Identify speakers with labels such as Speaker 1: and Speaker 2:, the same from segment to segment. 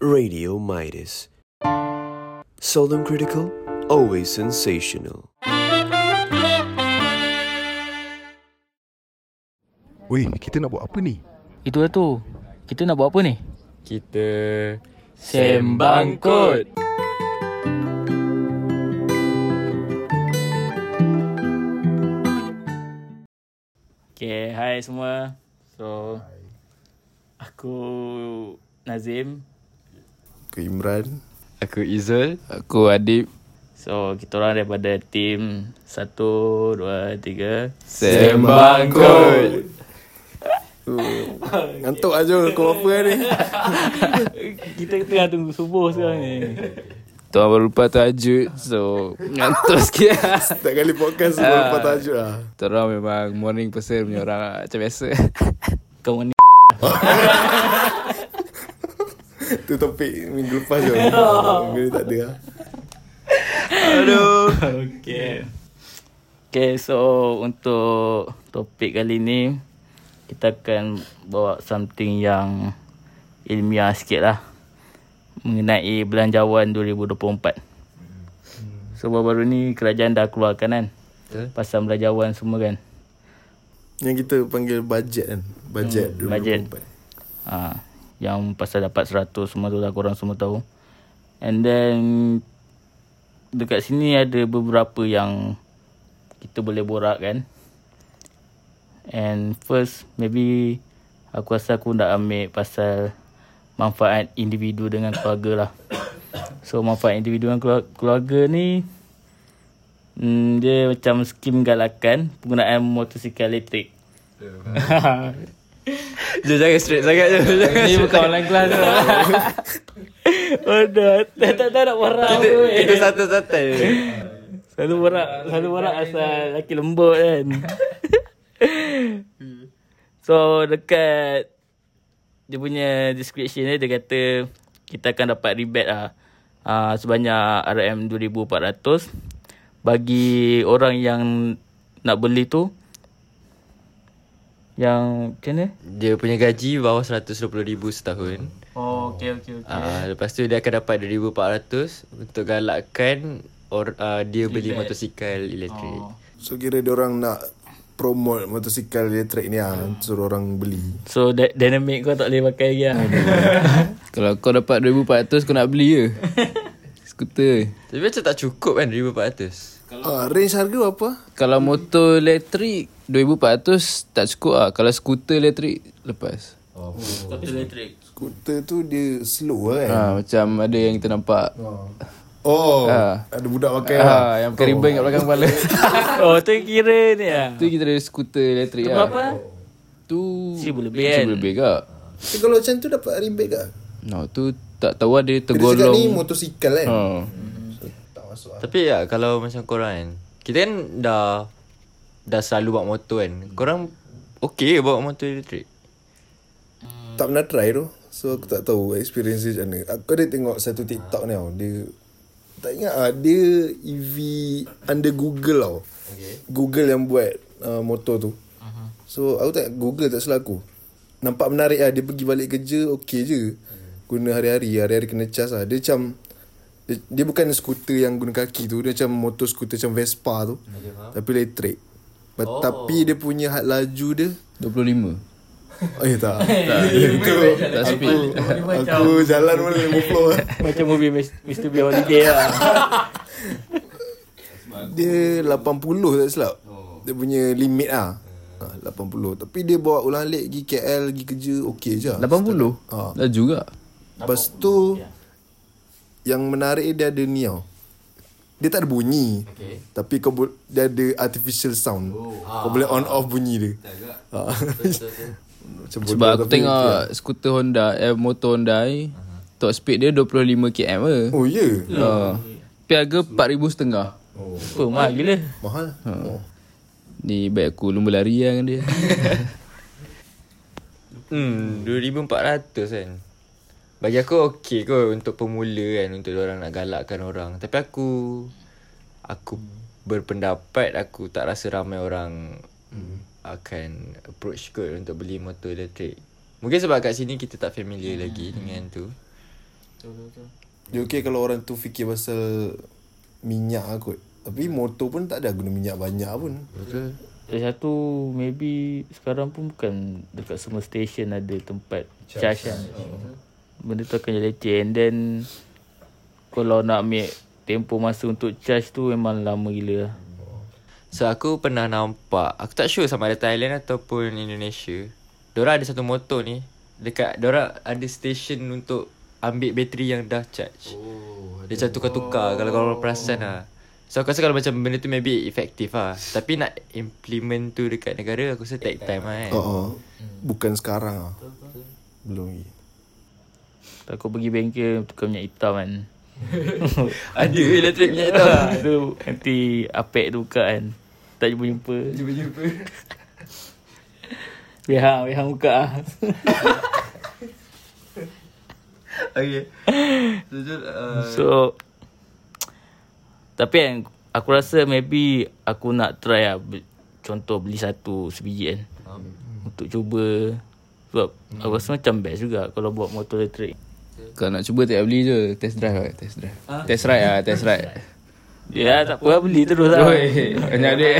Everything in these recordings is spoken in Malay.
Speaker 1: Radio Midas. Seldom critical, always sensational.
Speaker 2: Weh, kita nak buat apa ni?
Speaker 3: Itu lah tu Kita nak buat apa ni?
Speaker 4: Kita
Speaker 3: Sembang Kod. Okay, hai semua So Aku Nazim
Speaker 2: Ke Imran
Speaker 4: Aku Izul
Speaker 5: Aku Adib
Speaker 3: So, kita orang daripada tim Satu, dua, tiga
Speaker 5: Sembang Kod
Speaker 2: Ngantuk aja kau apa ni?
Speaker 3: Kita tengah tunggu subuh sekarang ni
Speaker 5: Tuan baru lepas tajud So Ngantuk sikit Ah.
Speaker 2: Setiap kali podcast sebelum lepas tajuk lah
Speaker 5: Terang memang morning person punya orang lah, Macam biasa
Speaker 3: Kau ni
Speaker 2: Tu topik minggu lepas je Minggu ni tak ada lah
Speaker 3: Okay. Okay, so untuk topik kali ni kita akan bawa something yang ilmiah sikit lah mengenai Belanjawan 2024. So baru-baru ni kerajaan dah keluarkan kan pasal Belanjawan semua kan.
Speaker 2: Yang kita panggil bajet kan Bajet
Speaker 3: Hmm, bajet. Ha, yang pasal dapat 100 semua tu lah korang semua tahu. And then dekat sini ada beberapa yang kita boleh borak kan. And first maybe aku rasa aku nak ambil pasal manfaat individu dengan keluarga lah. So manfaat individu dengan keluarga, keluarga ni hmm, dia macam skim galakan penggunaan motosikal elektrik.
Speaker 5: Jom jangan straight sangat je Ini bukan online class tu
Speaker 3: Oh dah, dah tak tak nak borak apa, eh.
Speaker 5: Kita santai-santai
Speaker 3: Selalu borak Selalu borak asal Laki lembut kan So dekat Dia punya description dia Dia kata Kita akan dapat rebate lah uh, Sebanyak RM2,400 Bagi orang yang Nak beli tu Yang Macam mana?
Speaker 4: Dia punya gaji bawah RM120,000 setahun
Speaker 3: Oh okay okay okay
Speaker 4: Ah, Lepas tu dia akan dapat RM2,400 Untuk galakkan or, ah, Dia beli motosikal elektrik
Speaker 2: So kira orang nak promote motosikal elektrik ni lah Suruh orang beli
Speaker 3: So dy- dynamic kau tak boleh pakai lagi lah
Speaker 5: Kalau kau dapat 2400 kau nak beli je Skuter
Speaker 4: Tapi macam tak cukup kan RM2,400
Speaker 2: Ah, Range harga berapa?
Speaker 5: Kalau motor elektrik 2400 tak cukup lah Kalau skuter elektrik Lepas
Speaker 2: Skuter tu dia slow
Speaker 1: Eh.
Speaker 2: lah kan
Speaker 5: ha, Macam ada yang kita nampak
Speaker 2: Oh
Speaker 5: Ah.
Speaker 2: Ada budak pakai lah
Speaker 5: ha, Yang pakai ribbon kat belakang kepala
Speaker 3: Oh tu kira ni lah
Speaker 5: Tu kita ada skuter elektrik lah
Speaker 3: Berapa?
Speaker 5: Tu
Speaker 3: Seribu lebih kan?
Speaker 5: Seribu lebih kak
Speaker 2: So, Kalau macam tu dapat rebate kah?
Speaker 5: No tu tak tahu ada
Speaker 2: Kita cakap ni
Speaker 5: tergolong
Speaker 2: motosikal kan
Speaker 5: ha.
Speaker 4: Tapi ya kalau macam korang kan Kita kan dah Dah selalu bawa motor kan Korang Okay bawa motor elektrik
Speaker 2: Tak pernah try tu So aku tak tahu experience dia macam mana Aku ada tengok satu TikTok ni tau Dia Tak ingat lah Dia EV Under Google tau okay. Google yang buat uh, motor tu uh-huh. So aku tak Google tak salah aku Nampak menarik lah Dia pergi balik kerja Okay je Guna hari-hari Hari-hari kena cas lah Dia macam dia, dia bukan skuter yang guna kaki tu Dia macam motor skuter macam Vespa tu Tapi elektrik But, oh. Tapi dia punya had laju dia
Speaker 5: 25
Speaker 2: Eh tak Tak Itu
Speaker 5: Tak speed
Speaker 2: Aku jalan boleh 50 lah.
Speaker 3: Macam movie Mis- Mr. Bean Holiday lah
Speaker 2: Dia 80 tak silap Dia punya limit lah ha, 80 Tapi dia bawa ulang alik Pergi KL Pergi kerja Okey je
Speaker 5: 80
Speaker 2: Ah.
Speaker 5: Dah juga
Speaker 2: Lepas tu Yang menarik dia ada ni tau Dia tak ada bunyi okay. Tapi kau bo- Dia ada artificial sound oh. Kau boleh on off bunyi dia ha. Macam bodoh
Speaker 5: Sebab aku
Speaker 2: tapi okey lah.
Speaker 5: tengok skuter Honda eh, Motor Honda ni Top speed dia 25 km je
Speaker 2: Oh ya yeah.
Speaker 5: ha. Tapi harga 4000 setengah
Speaker 3: Apa mah Oh, gila
Speaker 2: Mahal oh.
Speaker 5: Ni baik aku lumba lari lah dengan dia
Speaker 4: Hmm, 2400 kan. Bagi aku okey kot untuk pemula kan untuk orang nak galakkan orang. Tapi aku aku berpendapat aku tak rasa ramai orang hmm. akan approach kot untuk beli motor elektrik. Mungkin sebab kat sini kita tak familiar hmm. lagi dengan tu.
Speaker 3: Betul betul betul.
Speaker 2: Dia okay kalau orang tu fikir pasal minyak lah kot. Tapi motor pun tak ada guna minyak banyak pun.
Speaker 4: Betul.
Speaker 3: Lagi satu maybe sekarang pun bukan dekat semua station ada tempat charge kan. Benda tu akan jadi leceh and then kalau nak ambil tempoh masa untuk charge tu memang lama gila. lah.
Speaker 4: So aku pernah nampak Aku tak sure sama ada Thailand ataupun Indonesia Diorang ada satu motor ni Dekat Diorang ada station untuk Ambil bateri yang dah charge oh, Dia macam tukar-tukar oh. Kalau korang perasan lah So aku rasa kalau macam benda tu maybe efektif lah Tapi nak implement tu dekat negara Aku rasa take time lah kan
Speaker 2: Oh, oh. Bukan sekarang lah. Belum lagi.
Speaker 3: Tak kau pergi bengkel tukar minyak hitam kan.
Speaker 4: Ada elektrik minyak hitam
Speaker 3: Ah, tu nanti apek tu buka kan. Tak jumpa-jumpa.
Speaker 4: Jumpa-jumpa
Speaker 3: Wehang, wehang buka ah.
Speaker 4: Okay So, Jul, uh,
Speaker 3: So Tapi kan Aku rasa maybe Aku nak try lah be- Contoh beli satu Sebiji kan Untuk cuba Sebab
Speaker 4: Hmm.
Speaker 3: Aku rasa macam best juga Kalau buat motor elektrik
Speaker 5: Kalau nak cuba tak payah beli je Test drive lah Test drive
Speaker 2: Ah.
Speaker 5: Test ride lah Test ride
Speaker 3: Ya tak apa lah, Beli terus lah
Speaker 5: Oi Banyak duit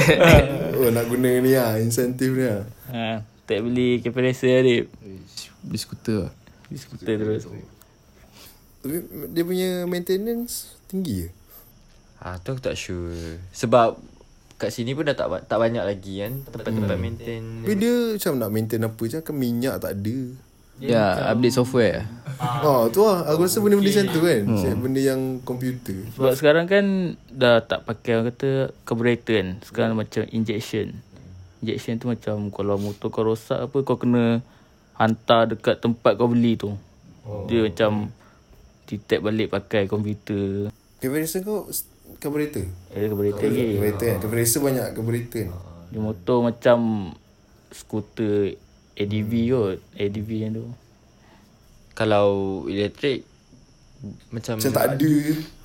Speaker 2: Oh nak guna ni lah. Insentif ni lah.
Speaker 3: ha, Tak beli compressor lah Dip
Speaker 5: Beli skuter lah
Speaker 3: Beli skuter terus
Speaker 2: Tapi dia punya maintenance tinggi ke?
Speaker 4: Ah tu aku tak sure Sebab Kat sini pun dah tak ba- tak banyak lagi kan
Speaker 2: Hmm.
Speaker 4: Tempat-tempat maintain
Speaker 2: Tapi dia macam nak maintain apa je. Kan minyak tak ada.
Speaker 5: Ya update software lah
Speaker 4: Ah.
Speaker 2: Oh tu lah. Aku rasa benda-benda macam tu kan. Macam Benda yang komputer.
Speaker 3: Sebab sekarang kan Dah tak pakai orang kata Carburetor kan Sekarang macam injection Injection tu macam Kalau motor kau rosak apa Kau kena Hantar dekat tempat kau beli tu oh. Dia macam Detect balik pakai komputer
Speaker 2: Carburetor kau s- carburetor?
Speaker 3: Ada carburetor lagi
Speaker 2: Carburetor kan? Carburetor banyak carburetor kan?
Speaker 4: Hmm.
Speaker 3: Dia motor macam Skuter ADV kot ADV yang tu
Speaker 4: Kalau elektrik Macam
Speaker 2: Macam tak ada.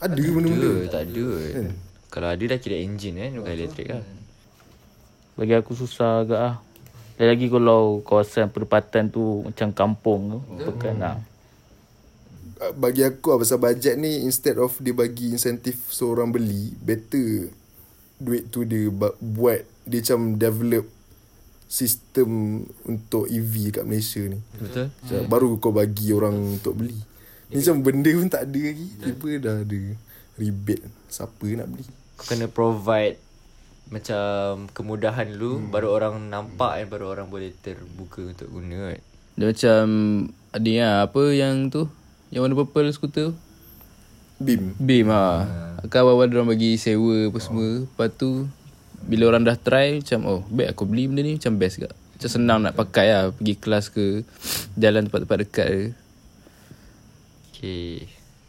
Speaker 2: Ada benda-benda.
Speaker 4: Ada, tak ada kan. Kalau ada dah kira enjin kan Bukan elektrik lah
Speaker 3: Bagi aku susah agak lah Dan lagi kalau kawasan perempatan tu Macam kampung tu Bukan lah
Speaker 2: Uh, bagi aku lah, pasal bajet ni instead of dia bagi insentif seorang beli better duit tu dia ba- buat dia macam develop sistem untuk EV kat Malaysia ni
Speaker 4: Betul
Speaker 2: macam hmm. baru kau bagi orang untuk beli ni macam benda pun tak ada lagi tiba dah ada rebate siapa nak beli
Speaker 4: Kau kena provide Macam kemudahan dulu Baru orang nampak kan Baru orang boleh terbuka untuk guna kan
Speaker 5: Dia macam Ada yang apa yang tu Yang warna purple skuter tu
Speaker 2: BIM
Speaker 5: Beam lah Akan awal-awal diorang bagi sewa apa semua Lepas tu Bila orang dah try Macam oh Baik aku beli benda ni Macam best juga Macam senang nak pakai lah Pergi kelas ke Jalan tempat-tempat dekat ke
Speaker 4: Okay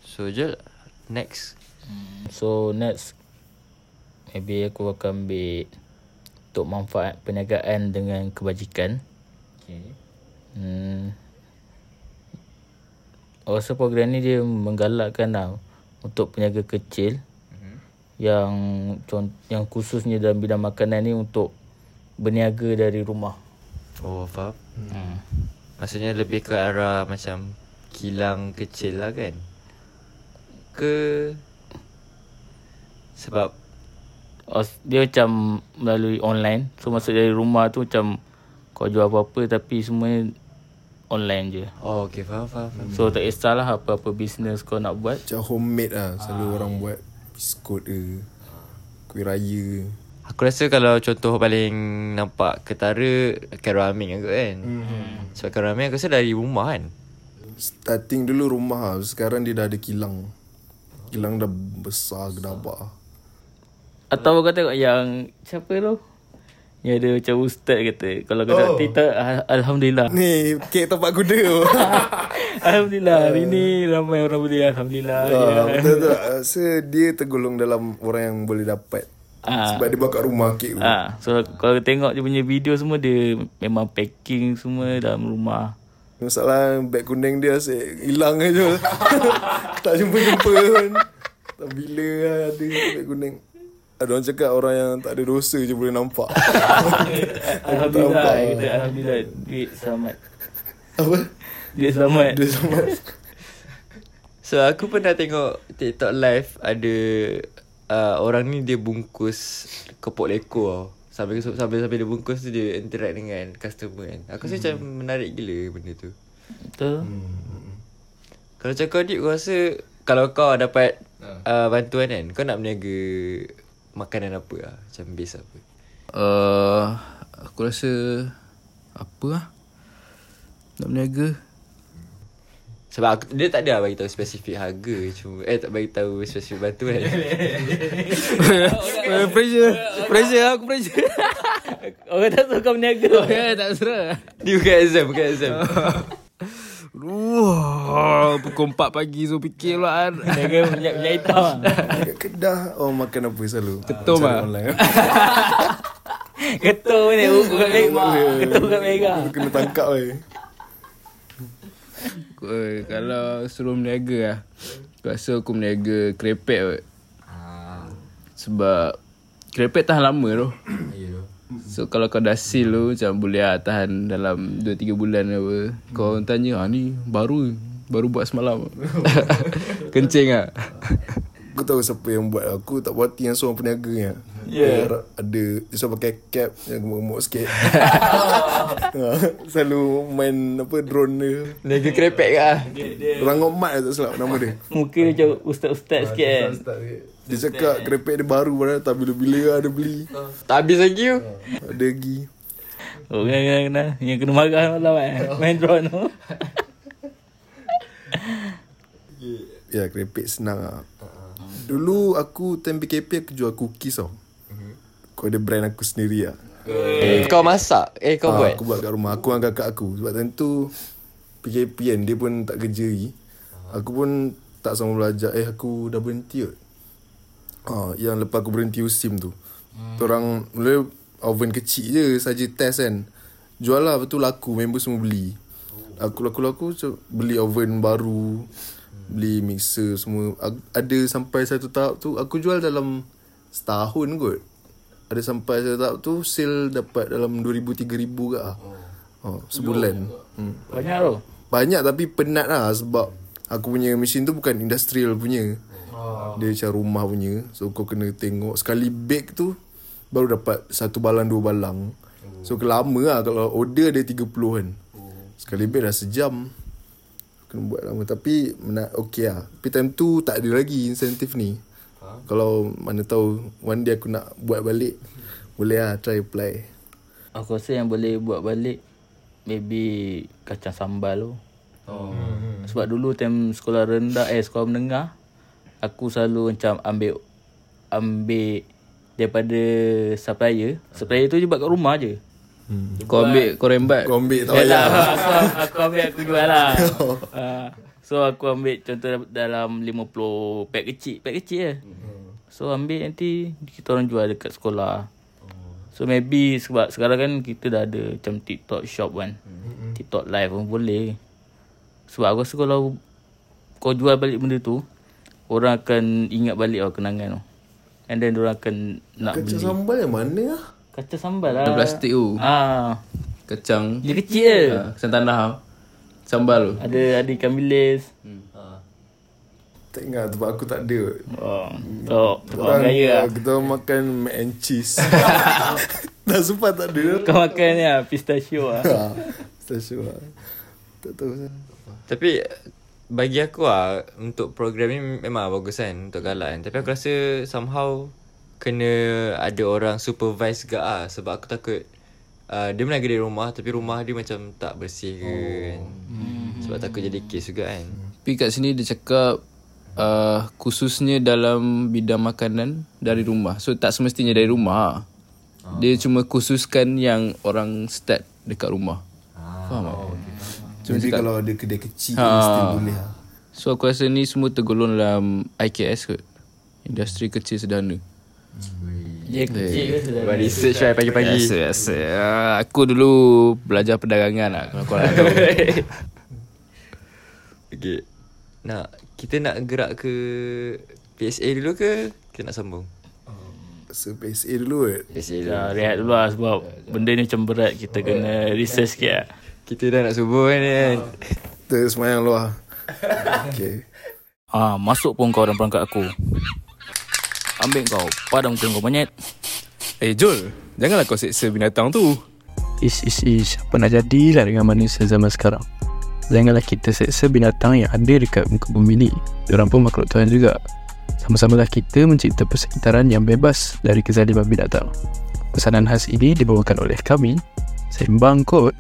Speaker 4: So Jul Next
Speaker 3: So next Maybe aku akan ambil Untuk manfaat perniagaan dengan kebajikan
Speaker 4: Okay
Speaker 3: hmm, Aku rasa program ni dia menggalakkan lah Untuk peniaga kecil Yang con- yang khususnya dalam bidang makanan ni Untuk berniaga dari rumah
Speaker 4: Oh faham hmm. Maksudnya lebih ke arah macam Kilang kecil lah kan Ke Sebab
Speaker 3: Os- Dia macam melalui online So masuk dari rumah tu macam Kau jual apa-apa tapi semua online je
Speaker 4: Oh okay faham faham faham.
Speaker 3: So tak kisahlah apa-apa bisnes kau nak buat
Speaker 2: macam homemade lah selalu
Speaker 3: Ah.
Speaker 2: orang buat biskut ke kuih raya
Speaker 4: Aku rasa kalau contoh paling nampak ketara Ikan ramen aku kan mm. Sebab ikan ramen aku rasa dari rumah kan
Speaker 2: starting dulu rumah lah. sekarang dia dah ada kilang kilang dah besar gedabak lah.
Speaker 3: Atau kau tengok yang Siapa tu? Yang ada macam ustaz kata Kalau kau tengok TikTok Al- Alhamdulillah
Speaker 2: Oh. Ni kek tapak kuda tu.
Speaker 3: Alhamdulillah Hari ni ramai orang boleh Alhamdulillah ya.
Speaker 2: Ah, Betul tak? Rasa dia tergolong dalam orang yang boleh dapat.
Speaker 3: Ah.
Speaker 2: Sebab dia buat kat rumah kek tu.
Speaker 3: Ah, so kalau tengok dia punya video semua dia memang packing semua dalam rumah.
Speaker 2: Masalah beg kuning dia asyik hilang aja. tak jumpa-jumpa pun. Tak bila lah ada beg kuning. Ada orang cakap orang yang tak ada dosa je boleh nampak.
Speaker 3: Alhamdulillah, kita alhamdulillah duit selamat.
Speaker 2: Apa?
Speaker 3: Duit selamat.
Speaker 2: Dia sama.
Speaker 4: So aku pernah tengok TikTok live ada uh, orang ni dia bungkus kepok leko tau. Sampai sampai sampai dia bungkus tu dia interact dengan customer kan. Aku rasa macam menarik gila benda tu.
Speaker 3: Betul.
Speaker 4: Kalau macam kau Dip kau rasa kalau kau dapat uh, bantuan kan kau nak berniaga makanan apa lah macam base apa.
Speaker 5: Uh, aku rasa apa lah? Nak berniaga.
Speaker 4: Sebab aku, dia tak ada lah bagi tahu spesifik harga cuma eh tak bagi tahu spesifik kan. bantuan.
Speaker 5: Eh, pressure. Pressure ah, aku pressure.
Speaker 3: Orang tak suka berniaga.
Speaker 5: Ya, tak serah.
Speaker 4: Dia bukan exam, bukan exam.
Speaker 5: Wah, pukul 4 pagi so fikir lah.
Speaker 3: Berniaga minyak-minyak hitam lah.
Speaker 2: Kat Kedah Oh makan apa selalu
Speaker 5: Ketum
Speaker 2: Cari
Speaker 5: ah.
Speaker 2: online.
Speaker 3: Ketua ni Ukur kat merah Ketua kat merah
Speaker 2: lah. Kena tangkap eh. weh
Speaker 5: Aku, kalau suruh berniaga lah Aku rasa aku berniaga kerepek kot Sebab Kerepek tahan lama tu So kalau kau dah seal tu Macam boleh lah tahan dalam 2-3 bulan ke apa Kau orang tanya ah, ni baru Baru buat semalam Kencing lah
Speaker 2: Aku tahu siapa yang buat Aku tak puas hati yang seorang peniaga ni Yeah Dia Ada Dia selalu pakai cap Yang gemuk-gemuk sikit Ha, Selalu main Apa drone dia
Speaker 4: Niaga kerepek ke ah.
Speaker 2: Rangomat Mat tak silap nama dia
Speaker 3: Muka dia macam ustaz-ustaz sikit kan
Speaker 2: Dia cakap kerepek dia baru Padahal tak bila-bila lah dia beli Ah.
Speaker 4: Tak habis lagi tu.
Speaker 2: Ada lagi
Speaker 3: Orang yang Oh, kena Yang kena marah malam kan Main drone tu
Speaker 2: Ya kerepek senang lah Dulu aku Time PKP aku jual cookies tau Kau ada brand aku sendiri lah
Speaker 4: Kau masak Eh kau
Speaker 2: Ah,
Speaker 4: buat
Speaker 2: Aku buat kat rumah Aku dengan kakak aku Sebab time tu PKP kan Dia pun tak kerja lagi Aku pun Tak sama belajar Eh aku dah berhenti kot ha, Yang lepas aku berhenti USIM tu hmm. Orang Mula oven kecil je Saja test kan Jual lah Lepas tu laku Member semua beli Aku laku-laku macam Beli oven baru Beli mixer semua A- Ada sampai satu tahap tu Aku jual dalam Setahun kot Ada sampai satu tahap tu Sale dapat dalam 2,000-3,000 kat lah oh, Sebulan hmm.
Speaker 3: Banyak tu
Speaker 2: Banyak tapi penat lah sebab aku punya mesin tu bukan industrial punya. Oh. Dia macam rumah punya. So kau kena tengok sekali bake tu baru dapat satu balang dua balang. Oh. So lama lah kalau order dia 30 kan. Oh. Sekali bake dah sejam. Kena buat lama tapi mena- okay lah. Tapi time tu tak ada lagi insentif ni. Ha? Kalau mana tahu one day aku nak buat balik boleh lah try apply.
Speaker 3: Aku rasa yang boleh buat balik Maybe Kacang sambal tu Oh. Sebab dulu time sekolah rendah Eh sekolah menengah Aku selalu macam ambil Ambil Daripada supplier Supplier tu je buat kat rumah je
Speaker 5: Kau ambil kau rembat
Speaker 2: Kau ambil tak
Speaker 3: Ya
Speaker 2: payah.
Speaker 3: lah aku, aku ambil aku jual lah uh, So aku ambil contoh dalam 50 pack kecil Pack kecil je So ambil nanti kita orang jual dekat sekolah So maybe sebab sekarang kan kita dah ada macam TikTok shop kan TikTok live pun boleh Sebab aku rasa kalau kau jual balik benda tu Orang akan ingat balik lah kenangan tu And then orang akan nak
Speaker 2: Kacang
Speaker 3: beli
Speaker 2: sambal yang mana lah?
Speaker 3: Kaca sambal lah
Speaker 5: Ada plastik tu
Speaker 3: Ah,
Speaker 5: Kacang
Speaker 3: Dia kecil je
Speaker 5: ah, Kacang tanah tau. Sambal tu
Speaker 3: Ada ada ikan bilis.
Speaker 2: Tak ingat sebab aku tak ada.
Speaker 3: Oh, oh, oh
Speaker 2: Orang
Speaker 3: gaya lah.
Speaker 2: Kita orang makan mac and cheese Dah sempat tak ada
Speaker 3: Kau makan ni lah, pistachio lah.
Speaker 2: Ha, Stasiun lah. Tak tahu kenapa.
Speaker 4: Tapi bagi aku lah untuk program ni memang bagus kan untuk galak kan. Tapi aku rasa somehow kena ada orang supervise gak ah sebab aku takut uh, dia meniaga dari rumah tapi rumah dia macam tak bersih ke kan. Sebab takut jadi kes juga kan.
Speaker 5: Tapi kat sini dia cakap uh, Khususnya dalam bidang makanan Dari rumah So tak semestinya dari rumah ha. Dia cuma khususkan yang orang start dekat rumah Faham tak?
Speaker 2: Jadi kalau ada kedai kecil ha. Mesti boleh lah
Speaker 5: So aku rasa ni semua tergolong dalam IKS kot Industri kecil sederhana
Speaker 3: Dia kecil ke
Speaker 4: Buat research right pagi-pagi.
Speaker 5: biasa Ah, Aku dulu belajar perdagangan lah Kalau korang nak tahu
Speaker 4: Okay. Nak kita nak gerak ke PSA dulu ke kita nak sambung?
Speaker 2: So PSA dulu kot
Speaker 4: PSA dulu.
Speaker 3: Dah rehat dulu lah sebab benda ni macam berat. Kita kena research sikit lah.
Speaker 4: Ah. Kita dah nak subuh kan. kan?
Speaker 2: Kita semayang luar Okay
Speaker 3: Ah, masuk pun kau dalam perangkat aku. Ambil kau, padam muka kau monyet.
Speaker 5: Eh Jul Janganlah kau seksa binatang tu
Speaker 6: Ish ish ish Apa nak jadilah dengan manusia zaman sekarang Janganlah kita seksa binatang yang ada dekat muka bumi ni Diorang pun makhluk Tuhan juga Sama-samalah kita mencipta persekitaran yang bebas dari kezaliman binatang Pesanan khas ini dibawakan oleh kami Sembang Kot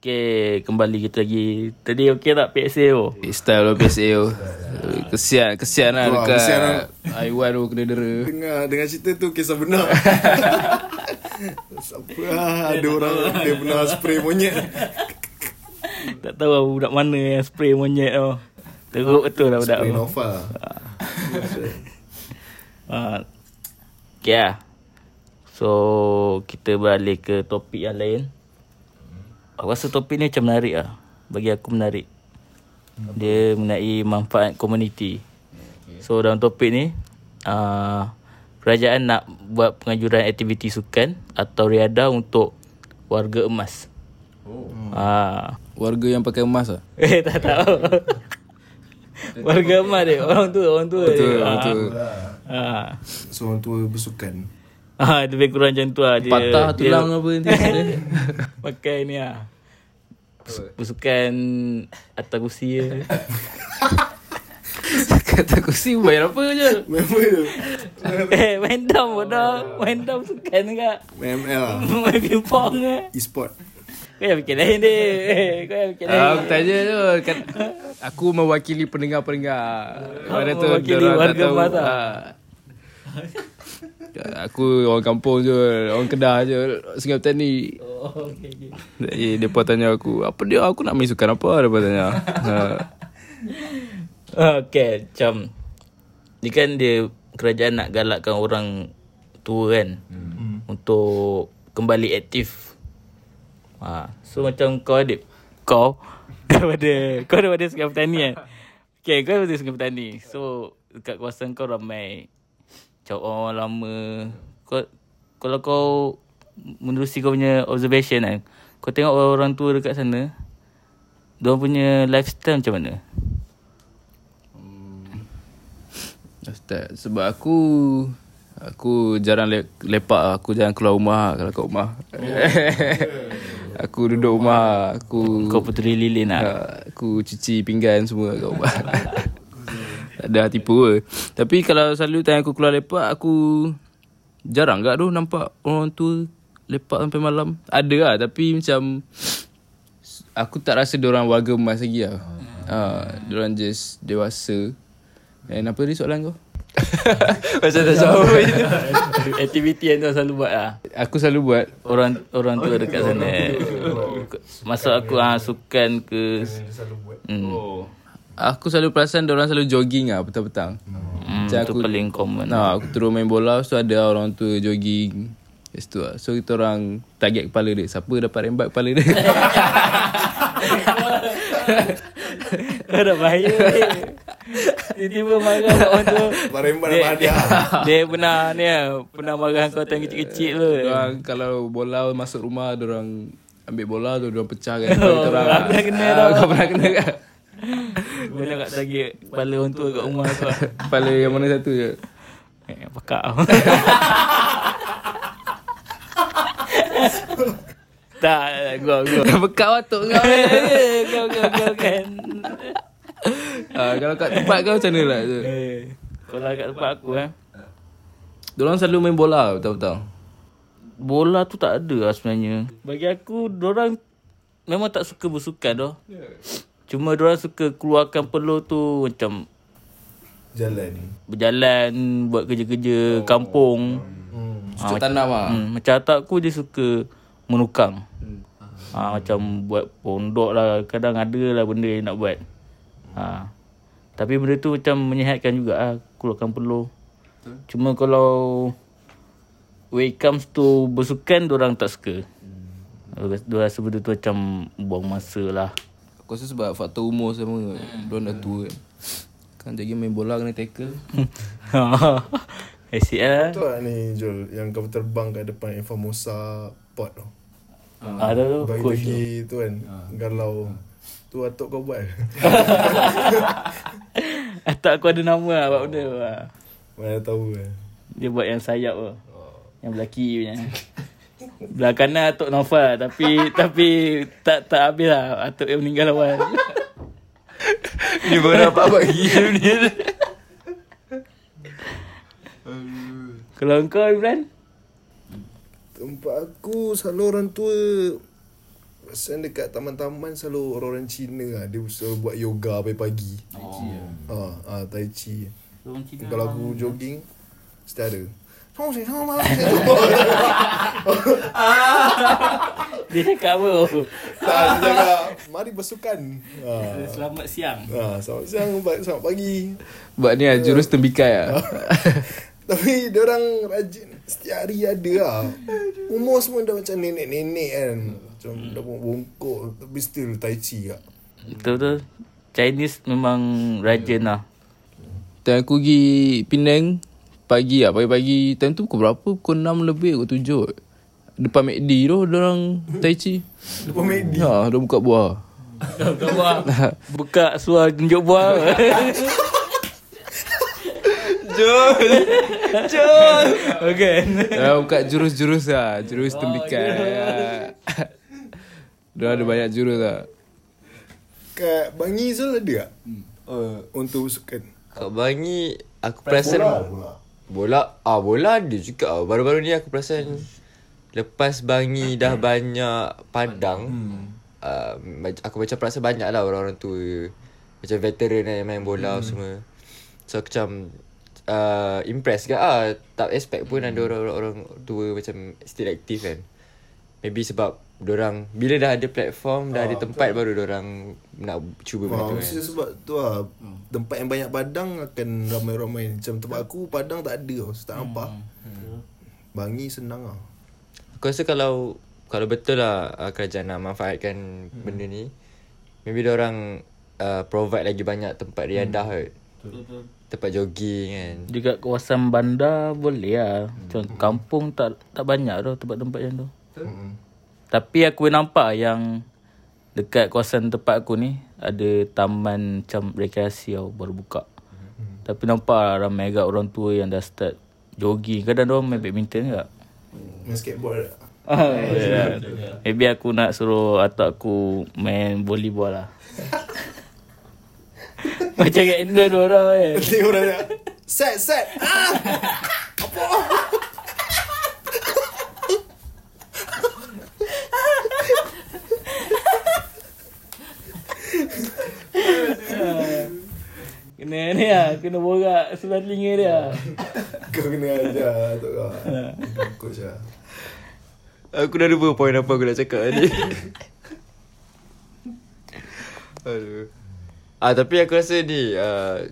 Speaker 3: Okay, kembali kita lagi. Tadi okey tak PSA tu?
Speaker 5: Eh, Style lah PSA tu Kesian Kesian lah
Speaker 2: Wah,
Speaker 5: dekat
Speaker 2: kesian lah.
Speaker 5: Aiwan tu kena dera
Speaker 2: Dengar dengar cerita tu kisah benar. Siapa ah, ada orang dia pernah spray monyet.
Speaker 3: Tak tahu lah budak mana yang spray monyet tu. Teruk betul lah budak
Speaker 2: Spray
Speaker 3: tu.
Speaker 2: Nova.
Speaker 3: Ah. Okay lah. So, kita balik ke topik yang lain. Aku rasa topik ni macam menarik lah. Bagi aku menarik. Dia mengenai manfaat komuniti. So, dalam topik ni, ah, kerajaan nak buat penganjuran aktiviti sukan atau riadah untuk warga emas. Oh. Ah.
Speaker 5: Warga yang pakai emas lah
Speaker 3: Eh tak tahu. Warga emas dia Orang tua Orang tua dia.
Speaker 5: Betul Betul
Speaker 3: Ah.
Speaker 2: Seorang tua bersukan.
Speaker 3: Ah, dia lebih kurang macam tu lah dia,
Speaker 5: Patah
Speaker 3: dia
Speaker 5: tulang apa nanti
Speaker 3: Pakai ni lah Pus- Pusukan Atas kursi dia
Speaker 5: Kata kursi bayar apa je
Speaker 2: Member tu.
Speaker 3: Eh main down bodoh Main down pusukan juga
Speaker 2: ML lah.
Speaker 3: Main pingpong ke
Speaker 2: E-sport.
Speaker 3: Kau yang fikir lain dia Eh, Kau yang fikir lain
Speaker 5: Aku tanya tu kan, Aku mewakili pendengar-pendengar Mana tu
Speaker 3: mewakili
Speaker 5: dorang
Speaker 3: warga
Speaker 5: tak tahu.
Speaker 3: emas lah.
Speaker 5: Ah. Aku orang kampung je Orang Kedah je Sungai Petani
Speaker 3: Oh, okay, okay.
Speaker 5: Eh, dia pun tanya aku Apa dia Aku nak main sukan apa Dia pun tanya ha.
Speaker 3: Okay macam Ni kan dia Kerajaan nak galakkan orang Tua kan hmm. Untuk Kembali aktif ha. So macam kau adik Kau Daripada Kau daripada Sungai Petani kan Okay kau daripada Sungai Petani So Dekat kawasan kau ramai Macam orang lama Kau Kalau kau Menerusi kau punya observation kan Kau tengok orang tua dekat sana Diorang punya lifestyle macam mana?
Speaker 5: Ustaz, Sebab aku Aku jarang le- lepak lah. Aku jarang keluar rumah lah, Kalau kat rumah Aku duduk rumah Aku
Speaker 3: Kau puteri lilin lah
Speaker 5: Ha, aku cuci pinggan semua kat rumah. tak ada tipu ke. Tapi kalau selalu time aku keluar lepak, aku jarang gak tu nampak orang tua lepak sampai malam. Ada lah tapi macam aku tak rasa diorang warga emas lagi lah. Ha, diorang just dewasa. And apa ni soalan kau?
Speaker 4: Macam tak jawab je.
Speaker 3: Aktiviti yang kau selalu buat lah
Speaker 5: Aku selalu buat
Speaker 3: Orang orang tua dekat sana Masuk aku ha, sukan ke hmm.
Speaker 5: Aku selalu perasan diorang selalu jogging lah petang-petang.
Speaker 3: Hmm,
Speaker 5: Macam
Speaker 3: Itu
Speaker 5: aku-
Speaker 3: paling common
Speaker 5: Nah, aku turun main bola Lepas tu ada orang tua jogging Lepas tu lah. So kita orang target kepala dia Siapa dapat rembat kepala dia
Speaker 3: Kau dah bahaya weh. Tiba-tiba marah kat orang tua
Speaker 2: Barembar
Speaker 3: Dia-
Speaker 2: dapat hadiah.
Speaker 3: Dia pernah ni lah Pernah marah kau time kecil-kecil tu Oh,
Speaker 5: Diorang kalau bola masuk rumah Diorang ambil bola tu Diorang pecahkan
Speaker 3: Oh,
Speaker 5: kan. Kita orang
Speaker 3: aku dah kena tau.
Speaker 5: Kau pernah kena kan
Speaker 3: Pernah kat target Kepala orang tua kat rumah kau
Speaker 5: Kepala yang mana satu je
Speaker 3: Eh, pakak Tak, gua gua
Speaker 5: Dah bekak watuk kau
Speaker 3: Eh, kau kau kau kan.
Speaker 5: Ah, Kalau kat tempat kau macam mana lah tu
Speaker 3: Eh, kau lah kat tempat aku eh.
Speaker 5: Diorang selalu main bola Betul-betul
Speaker 3: Bola tu tak ada lah sebenarnya. Bagi aku orang memang tak suka bersukan doh. Cuma orang suka keluarkan peluh tu macam
Speaker 2: Jalan.
Speaker 3: berjalan buat kerja-kerja kampung.
Speaker 5: Cucuk tanam lah
Speaker 3: Hmm, macam atak aku dia suka menukang. Ha, macam buat pondok lah. Kadang ada lah benda yang nak buat. Ha. Tapi benda tu macam menyihatkan juga lah. Keluarkan peluh. Cuma kalau when it comes to bersukan, orang tak suka. Dorang Diorang rasa benda tu macam buang masa lah.
Speaker 5: Aku rasa sebab faktor umur sama Diorang dah tua kan Kan jadi main bola kena tackle
Speaker 3: ACL
Speaker 2: Tu lah ni Jol yang kau terbang kat depan Infamosa Port tu.
Speaker 3: Ada Ah, tu
Speaker 2: Bagi
Speaker 3: coach tu. Ah.
Speaker 2: lagi tu kan. Galau. Tu atuk kau buat.
Speaker 3: Atau aku ada nama lah buat benda lah.
Speaker 2: Mana tahu eh.
Speaker 3: Dia buat yang sayap lah. Yang belah kiri punya. belah kanan Atok Nofal. Tapi tapi tak tak habis lah. Atok yang meninggal awal.
Speaker 4: Ni baru apa buat game ni
Speaker 3: Kalau kau Imran?
Speaker 2: Tempat aku selalu orang tua Pasal dekat taman-taman selalu orang-orang Cina lah. Dia selalu buat yoga pagi-pagi.
Speaker 3: eh?
Speaker 2: Oh. Ha, ha, tai chi. Kalau aku jogging, mesti ada. Tong sing tong malam.
Speaker 3: Dia cakap apa? Oh,
Speaker 2: Tak, dia cakap, mari bersukan. Ha.
Speaker 3: Selamat siang.
Speaker 2: Ha, selamat siang, ba- selamat pagi.
Speaker 5: Buat ni lah jurus tembikai lah
Speaker 2: Tapi orang rajin Setiap hari ada lah Umur semua dah macam nenek-nenek kan Macam dah pun bongkok Tapi still tai chi lah
Speaker 3: Betul-betul. Chinese memang rajin lah.
Speaker 5: Time aku pergi Penang Pagi lah Pagi-pagi Time tu pukul berapa Pukul 6 lebih Pukul 7 Depan McD tu Diorang Tai Chi Depan McD Ha Diorang buka buah
Speaker 3: Buka suar tunjuk buah.
Speaker 5: Diorang buka jurus-jurus lah Jurus tembikai lah. Diorang ada banyak jurus lah
Speaker 2: Kat Bangi Zul ada tak? Hmm. Uh, untuk sukan
Speaker 4: Kat Bangi Aku perasan Bola Bola Ah bola ada juga ah. Baru-baru ni aku perasan Lepas Bangi dah banyak Padang hmm. uh, Aku macam perasan banyak lah orang-orang tua Macam veteran yang main bola hmm. semua So aku macam uh, Impressed ke ah. Tak expect pun ada orang-orang tua Macam still aktif kan Maybe sebab Dorang Bila dah ada platform Dah ada tempat Baru dorang Nak cuba benda
Speaker 2: Wah,
Speaker 4: tu
Speaker 2: mesti
Speaker 4: kan
Speaker 2: sebab tu lah Tempat yang banyak padang akan ramai-ramai Macam tempat aku padang tak ada tau so Tak nampak Hmm. Bangi senang lah
Speaker 4: Aku rasa kalau kalau betul lah uh, kerajaan nak manfaatkan hmm. benda ni maybe orang uh, provide lagi banyak tempat riadah hmm. kot. Tempat jogging kan.
Speaker 2: Hmm.
Speaker 3: Dekat kawasan bandar boleh lah. Macam kampung tak tak banyak tau tempat-tempat macam tu.
Speaker 2: Hmm.
Speaker 3: Tapi aku nampak yang dekat kawasan tempat aku ni ada taman macam rekreasi tau baru buka.
Speaker 2: Hmm.
Speaker 3: Tapi nampak ramai agak orang tua yang dah start jogging. Kadang dia orang main badminton juga. Ah,
Speaker 2: Main skateboard lah
Speaker 3: Maybe aku nak suruh atuk aku main volleyball lah. Macam kat Indo dua orang eh.
Speaker 2: Tengok orang nak Set, set ah!
Speaker 3: Kena ni lah, kena borak sebelah telinga dia.
Speaker 2: Kau kena ajar Tok kau Coach lah
Speaker 4: Aku dah lupa point apa aku nak cakap tadi. Aduh. Ah tapi aku rasa ni uh,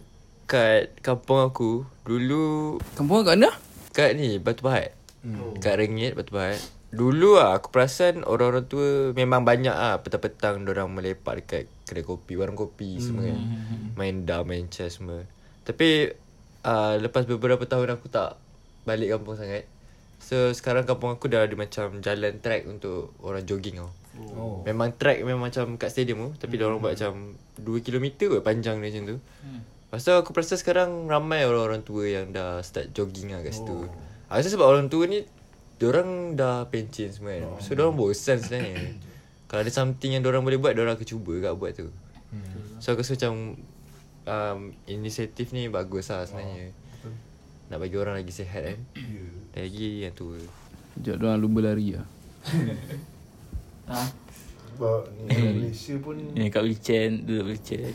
Speaker 4: kat kampung aku dulu
Speaker 5: Kampung kat mana?
Speaker 4: Kat ni Batu Pahat hmm. Kat Rengit Batu Pahat Dulu lah aku perasan orang-orang tua memang banyak ah petang-petang orang melepak dekat kedai kopi, warung kopi hmm. semua kan. Main dam, main chess semua. Tapi uh, lepas beberapa tahun aku tak balik kampung sangat. So sekarang kampung aku dah ada macam jalan track untuk orang jogging tau. Oh. Memang track memang macam kat stadium tu tapi hmm. orang buat macam 2 km kot panjang dia macam tu. Hmm. Pasal aku perasan sekarang ramai orang-orang tua yang dah start jogging lah kat situ. Oh. Aku rasa sebab orang tua ni Diorang dah pencin semua kan oh. So diorang bosan sebenarnya Kalau ada something yang diorang boleh buat Diorang akan cuba kat buat tu hmm. So aku rasa macam um, Inisiatif ni bagus lah sebenarnya oh. Nak bagi orang lagi sihat kan yeah. Lagi yang tua
Speaker 5: Sekejap diorang lumba lari lah
Speaker 2: Sebab ni orang Malaysia pun
Speaker 3: Ha? Ni kat wheelchair, duduk wheelchair.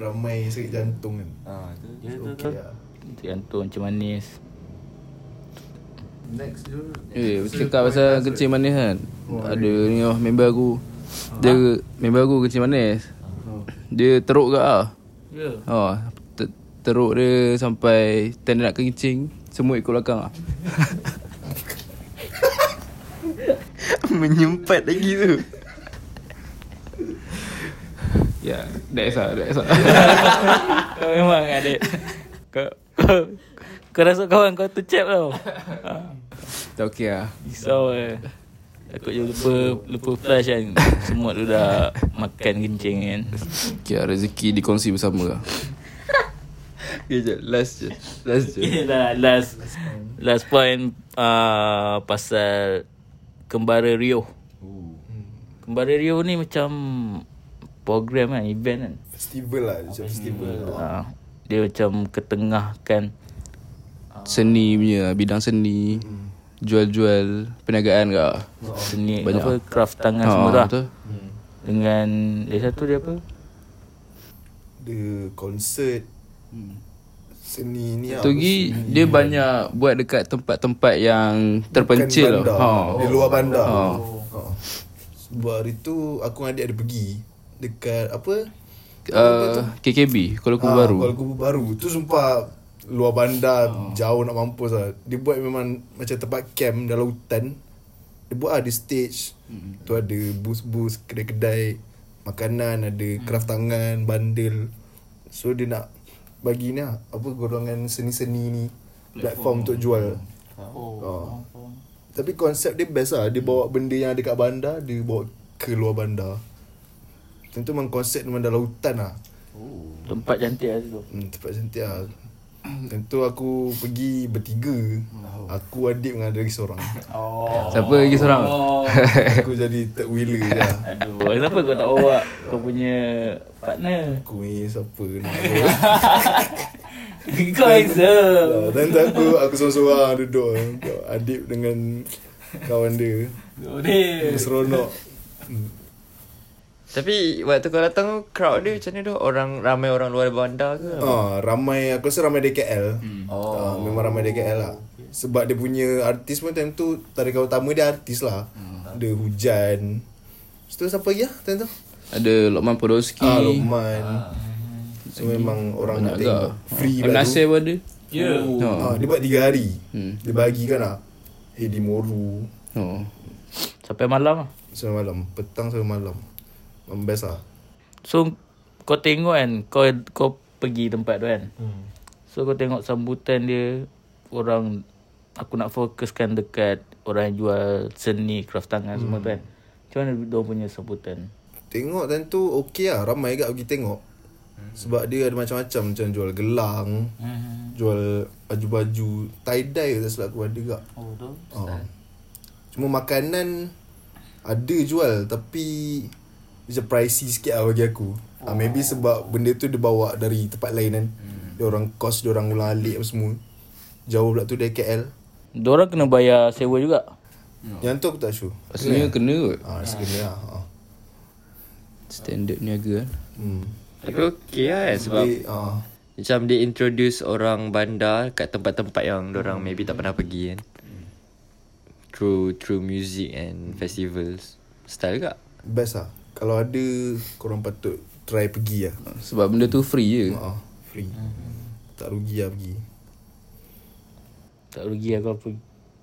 Speaker 2: Ramai sakit jantung kan ah, Okay lah
Speaker 3: Cik Anton macam manis.
Speaker 2: Next dulu
Speaker 5: Eh, cakap pasal kencing manis kan. Ada ni oh, member aku. Dia member aku kencing manis. Dia teruk gak ah.
Speaker 3: Ya.
Speaker 5: Ha, ter- teruk dia sampai time dia nak kencing, semua ikut belakang ah.
Speaker 4: Menyempat lagi tu
Speaker 5: Ya, yeah, that's ah, that's ah.
Speaker 3: Kau memang adik. Kau, kau, kau rasa kawan kau tu cep tau. Ha.
Speaker 5: Tak okey ah.
Speaker 3: Risau eh. Takut je lupa lupa flash kan. Semut tu dah makan kencing kan.
Speaker 5: Okey, ah, rezeki dikongsi bersama ah. Okay, jom. Last je. Last je.
Speaker 3: Dah last last point uh, pasal kembara Rio. Kembara Rio ni macam program kan, event kan.
Speaker 2: Festival lah Macam festival
Speaker 3: Uh, dia macam ketengahkan
Speaker 5: Seni punya. Bidang seni. Jual-jual perniagaan ke.
Speaker 3: seni
Speaker 5: Oh. Banyak
Speaker 3: apa craft tangan semua
Speaker 5: Ha,
Speaker 3: lah.
Speaker 5: betul.
Speaker 3: Dengan dia satu dia apa?
Speaker 2: The concert Seni ni
Speaker 5: Tu lagi dia banyak buat dekat tempat-tempat yang terpencil.
Speaker 2: Bukan bandar Oh,
Speaker 5: Ha.
Speaker 2: Di luar bandar
Speaker 5: Ha.
Speaker 2: ha. Sebab hari tu Aku dengan adik ada pergi Dekat apa
Speaker 5: Uh, KKB Kuala Kubu
Speaker 2: Ah,
Speaker 5: Baru.
Speaker 2: Kuala Kubu Baru Tu sumpah Luar bandar Jauh nak mampus lah Dia buat memang Macam tempat camp Dalam hutan Dia buat ada stage Tu ada bus-bus Kedai-kedai Makanan Ada kraft tangan Bandel So dia nak Bagi ni lah Apa golongan seni-seni ni Platform untuk jual oh. Tapi konsep dia best lah Dia bawa benda yang ada kat bandar Dia bawa ke luar bandar Tentu memang konsep memang dalam hutan lah
Speaker 3: Tempat cantik lah situ.
Speaker 2: Hmm, tempat cantik lah Tentu aku pergi bertiga Aku adik dengan ada lagi seorang
Speaker 5: Siapa lagi seorang?
Speaker 2: Oh. Aku jadi third wheeler je lah
Speaker 3: Aduh, kenapa kau tak bawa kau punya partner?
Speaker 2: Aku ni siapa ni
Speaker 3: kau handsome.
Speaker 2: Ah, Dan tu aku Aku seorang-seorang lah duduk Adik dengan kawan dia Dia Seronok Hmm.
Speaker 4: Tapi waktu kau datang tu, crowd dia macam mana tu? Orang ramai orang luar bandar ke?
Speaker 2: Ah, ramai Aku rasa ramai DKL oh. ah, Memang ramai DKL lah Sebab dia punya artis pun time tu Tarikan utama dia artis lah Dia hujan Lepas tu siapa lagi lah time tu
Speaker 5: Ada Lokman Podolski.
Speaker 2: Ah, Lokman. So memang orang nak
Speaker 5: Agak.
Speaker 2: tengok free
Speaker 5: M. Ha. Nasir pun ada. Ha.
Speaker 2: Yeah. Ah, dia buat tiga hari. Hmm. Dia bagikan lah. Hedi Moru.
Speaker 5: Oh.
Speaker 3: Sampai malam lah.
Speaker 2: Sampai malam. Petang sampai malam. Memang best lah.
Speaker 3: So kau tengok kan Kau kau pergi tempat tu kan hmm. So kau tengok sambutan dia Orang Aku nak fokuskan dekat Orang yang jual seni Kraft tangan hmm. semua tu kan Macam mana dia punya sambutan
Speaker 2: Tengok time tu okey lah. Ramai kat pergi tengok. Sebab dia ada macam-macam. Macam jual gelang. Hmm. Jual baju-baju. Tie-dye ke tak silap aku ada kat.
Speaker 3: Oh tu
Speaker 2: Ah. Cuma makanan ada jual tapi macam pricey sikit lah bagi aku. Oh. Ah, maybe sebab benda tu dia bawa dari tempat lain kan. Hmm. Dia orang kos, dia orang ulang alik apa semua. Jauh pula tu dari KL.
Speaker 3: Diorang kena bayar sewa juga
Speaker 2: No. Yang tu aku tak sure.
Speaker 5: Pastinya kena kot.
Speaker 2: Ah, sekali lah. Ah.
Speaker 5: Standard niaga kan.
Speaker 2: Hmm.
Speaker 4: Tapi okey lah kan sebab
Speaker 2: Tapi, ah.
Speaker 4: macam dia introduce orang bandar kat tempat-tempat yang orang maybe tak pernah pergi kan. Through through music and festivals. Style gak?
Speaker 2: best lah. Kalau ada, korang patut try pergi lah.
Speaker 5: Ha. Sebab benda tu free je.
Speaker 3: Hmm.
Speaker 2: Ah, free. Tak rugi lah pergi.
Speaker 3: Tak rugi lah kau pergi,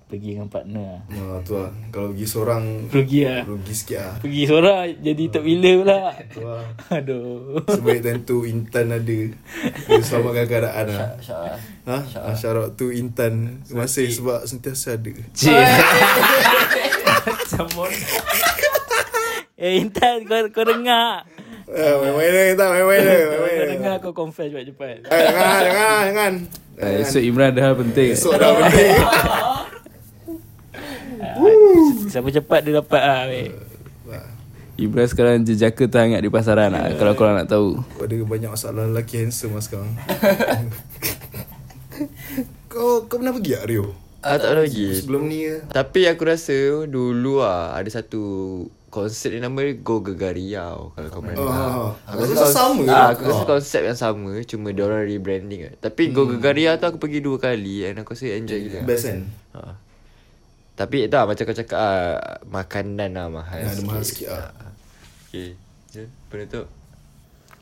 Speaker 3: pergi dengan partner lah
Speaker 2: Ah, tu lah. Kalau pergi seorang,
Speaker 3: Rugi lah
Speaker 2: rugi sikit lah.
Speaker 3: Pergi seorang jadi tak bila pula
Speaker 2: Tu lah.
Speaker 3: Aduh
Speaker 2: Sebaik time tu Intan ada Dia selamatkan keadaan lah Ha? Ah, Shout out tu Intan Terima kasih sebab sentiasa ada
Speaker 3: Eh Intan kau, kau dengar
Speaker 2: ah, Main-main lah Intan Main-main lah Main-main
Speaker 3: Kau
Speaker 2: lah
Speaker 3: dengar Eh. kau confess cepat-cepat
Speaker 2: Eh, Jangan lah Jangan lah Jangan
Speaker 5: Uh, esok Imran ada hal penting.
Speaker 2: Esok dah penting
Speaker 3: Siapa cepat dia dapat lah weh.
Speaker 5: Imran sekarang jejaka terhangat di pasaran
Speaker 2: Ya.
Speaker 5: lah. Kalau korang nak tahu.
Speaker 2: Kau ada banyak masalah lelaki handsome lah sekarang Kau kau pernah pergi tak Rio?
Speaker 4: Ah, tak pernah pergi.
Speaker 2: Sebelum ni ke?
Speaker 4: Tapi aku rasa dulu ah ada satu konsep yang nama dia Go Gagaria tau, kalau kau pernah dengar.
Speaker 2: Ah,
Speaker 4: Aku rasa
Speaker 2: aku rasa
Speaker 4: kons-
Speaker 2: sama
Speaker 4: ah,
Speaker 2: lah.
Speaker 4: Aku rasa konsep yang sama Cuma diorang rebranding kan Tapi Go Gagaria tu aku pergi dua kali And aku rasa enjoy gila
Speaker 2: Hmm. Best kan?
Speaker 4: ha. Tapi tak macam kau cakap ah, Makanan lah mahal
Speaker 2: Ya, ada mahal sikit lah.
Speaker 4: Okay Jom penutup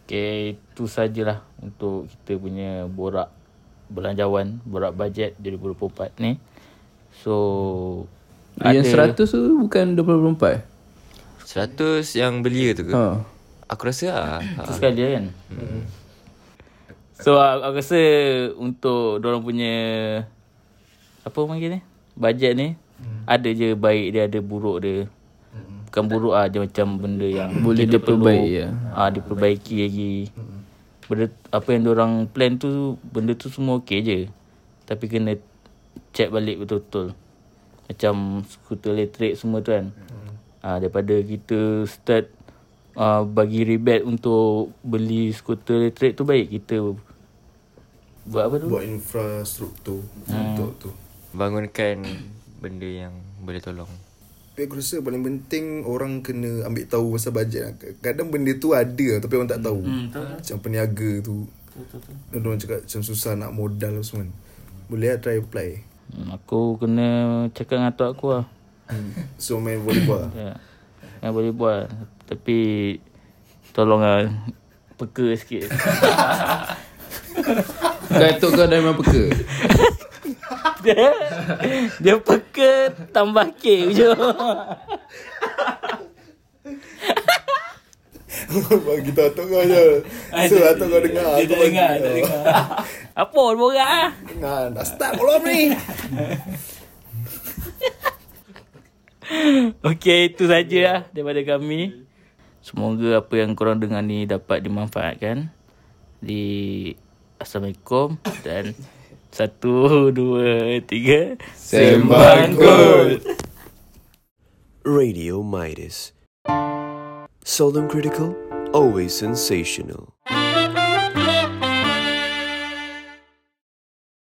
Speaker 3: Okay, itu sajalah untuk kita punya borak belanjawan, borak bajet 2024 ni. So,
Speaker 5: Yang 100 tu bukan 24 eh?
Speaker 4: Seratus yang belia tu ke?
Speaker 5: Ha.
Speaker 4: Aku rasa lah ha.
Speaker 3: Itu sekali kan.
Speaker 5: Hmm.
Speaker 3: So, aku, aku rasa untuk orang punya apa panggil ni? Bajet ni
Speaker 5: Hmm.
Speaker 3: ada je baik dia, ada buruk dia. Bukan buruk ah, dia macam benda yang
Speaker 5: Boleh
Speaker 3: kita perlu,
Speaker 5: diperbaiki, ya.
Speaker 3: Ah, diperbaiki lagi. benda apa yang orang plan tu benda tu semua okey je tapi kena check balik betul-betul macam skuter elektrik semua tu kan ah daripada kita start ah, bagi rebate untuk beli skuter elektrik tu baik kita buat apa tu
Speaker 2: Buat infrastruktur hmm. Untuk tu
Speaker 4: Bangunkan benda yang boleh tolong
Speaker 2: Tapi aku rasa paling penting Orang kena ambil tahu Pasal bajet lah. Kadang benda tu ada lah, Tapi orang tak tahu hmm, Macam peniaga tu Orang cakap Macam susah nak modal semua kan. Boleh lah try apply
Speaker 3: Hmm, aku kena cakap dengan atuk aku lah
Speaker 2: So main
Speaker 4: Hmm.
Speaker 2: volleyball lah.
Speaker 3: Ya. Yang boleh buat Tapi Tolong lah Peka sikit
Speaker 5: Katuk kau dah memang peka
Speaker 3: Dia Dia peka Tambah K je
Speaker 2: Bagi tahu atuk kau je So atuk lah kau dengar
Speaker 3: Dia
Speaker 2: aku
Speaker 3: tak
Speaker 2: bagi
Speaker 3: dengar
Speaker 2: tahu.
Speaker 3: Tak dengar Apa dia borak ah?
Speaker 2: Dengar Dah start belum ni
Speaker 3: Okey itu saja lah Daripada kami Semoga apa yang korang dengar ni Dapat dimanfaatkan Di Assalamualaikum Dan Satu Dua Tiga
Speaker 5: Sembang Kod.
Speaker 1: Radio Midas. Seldom critical, always sensational.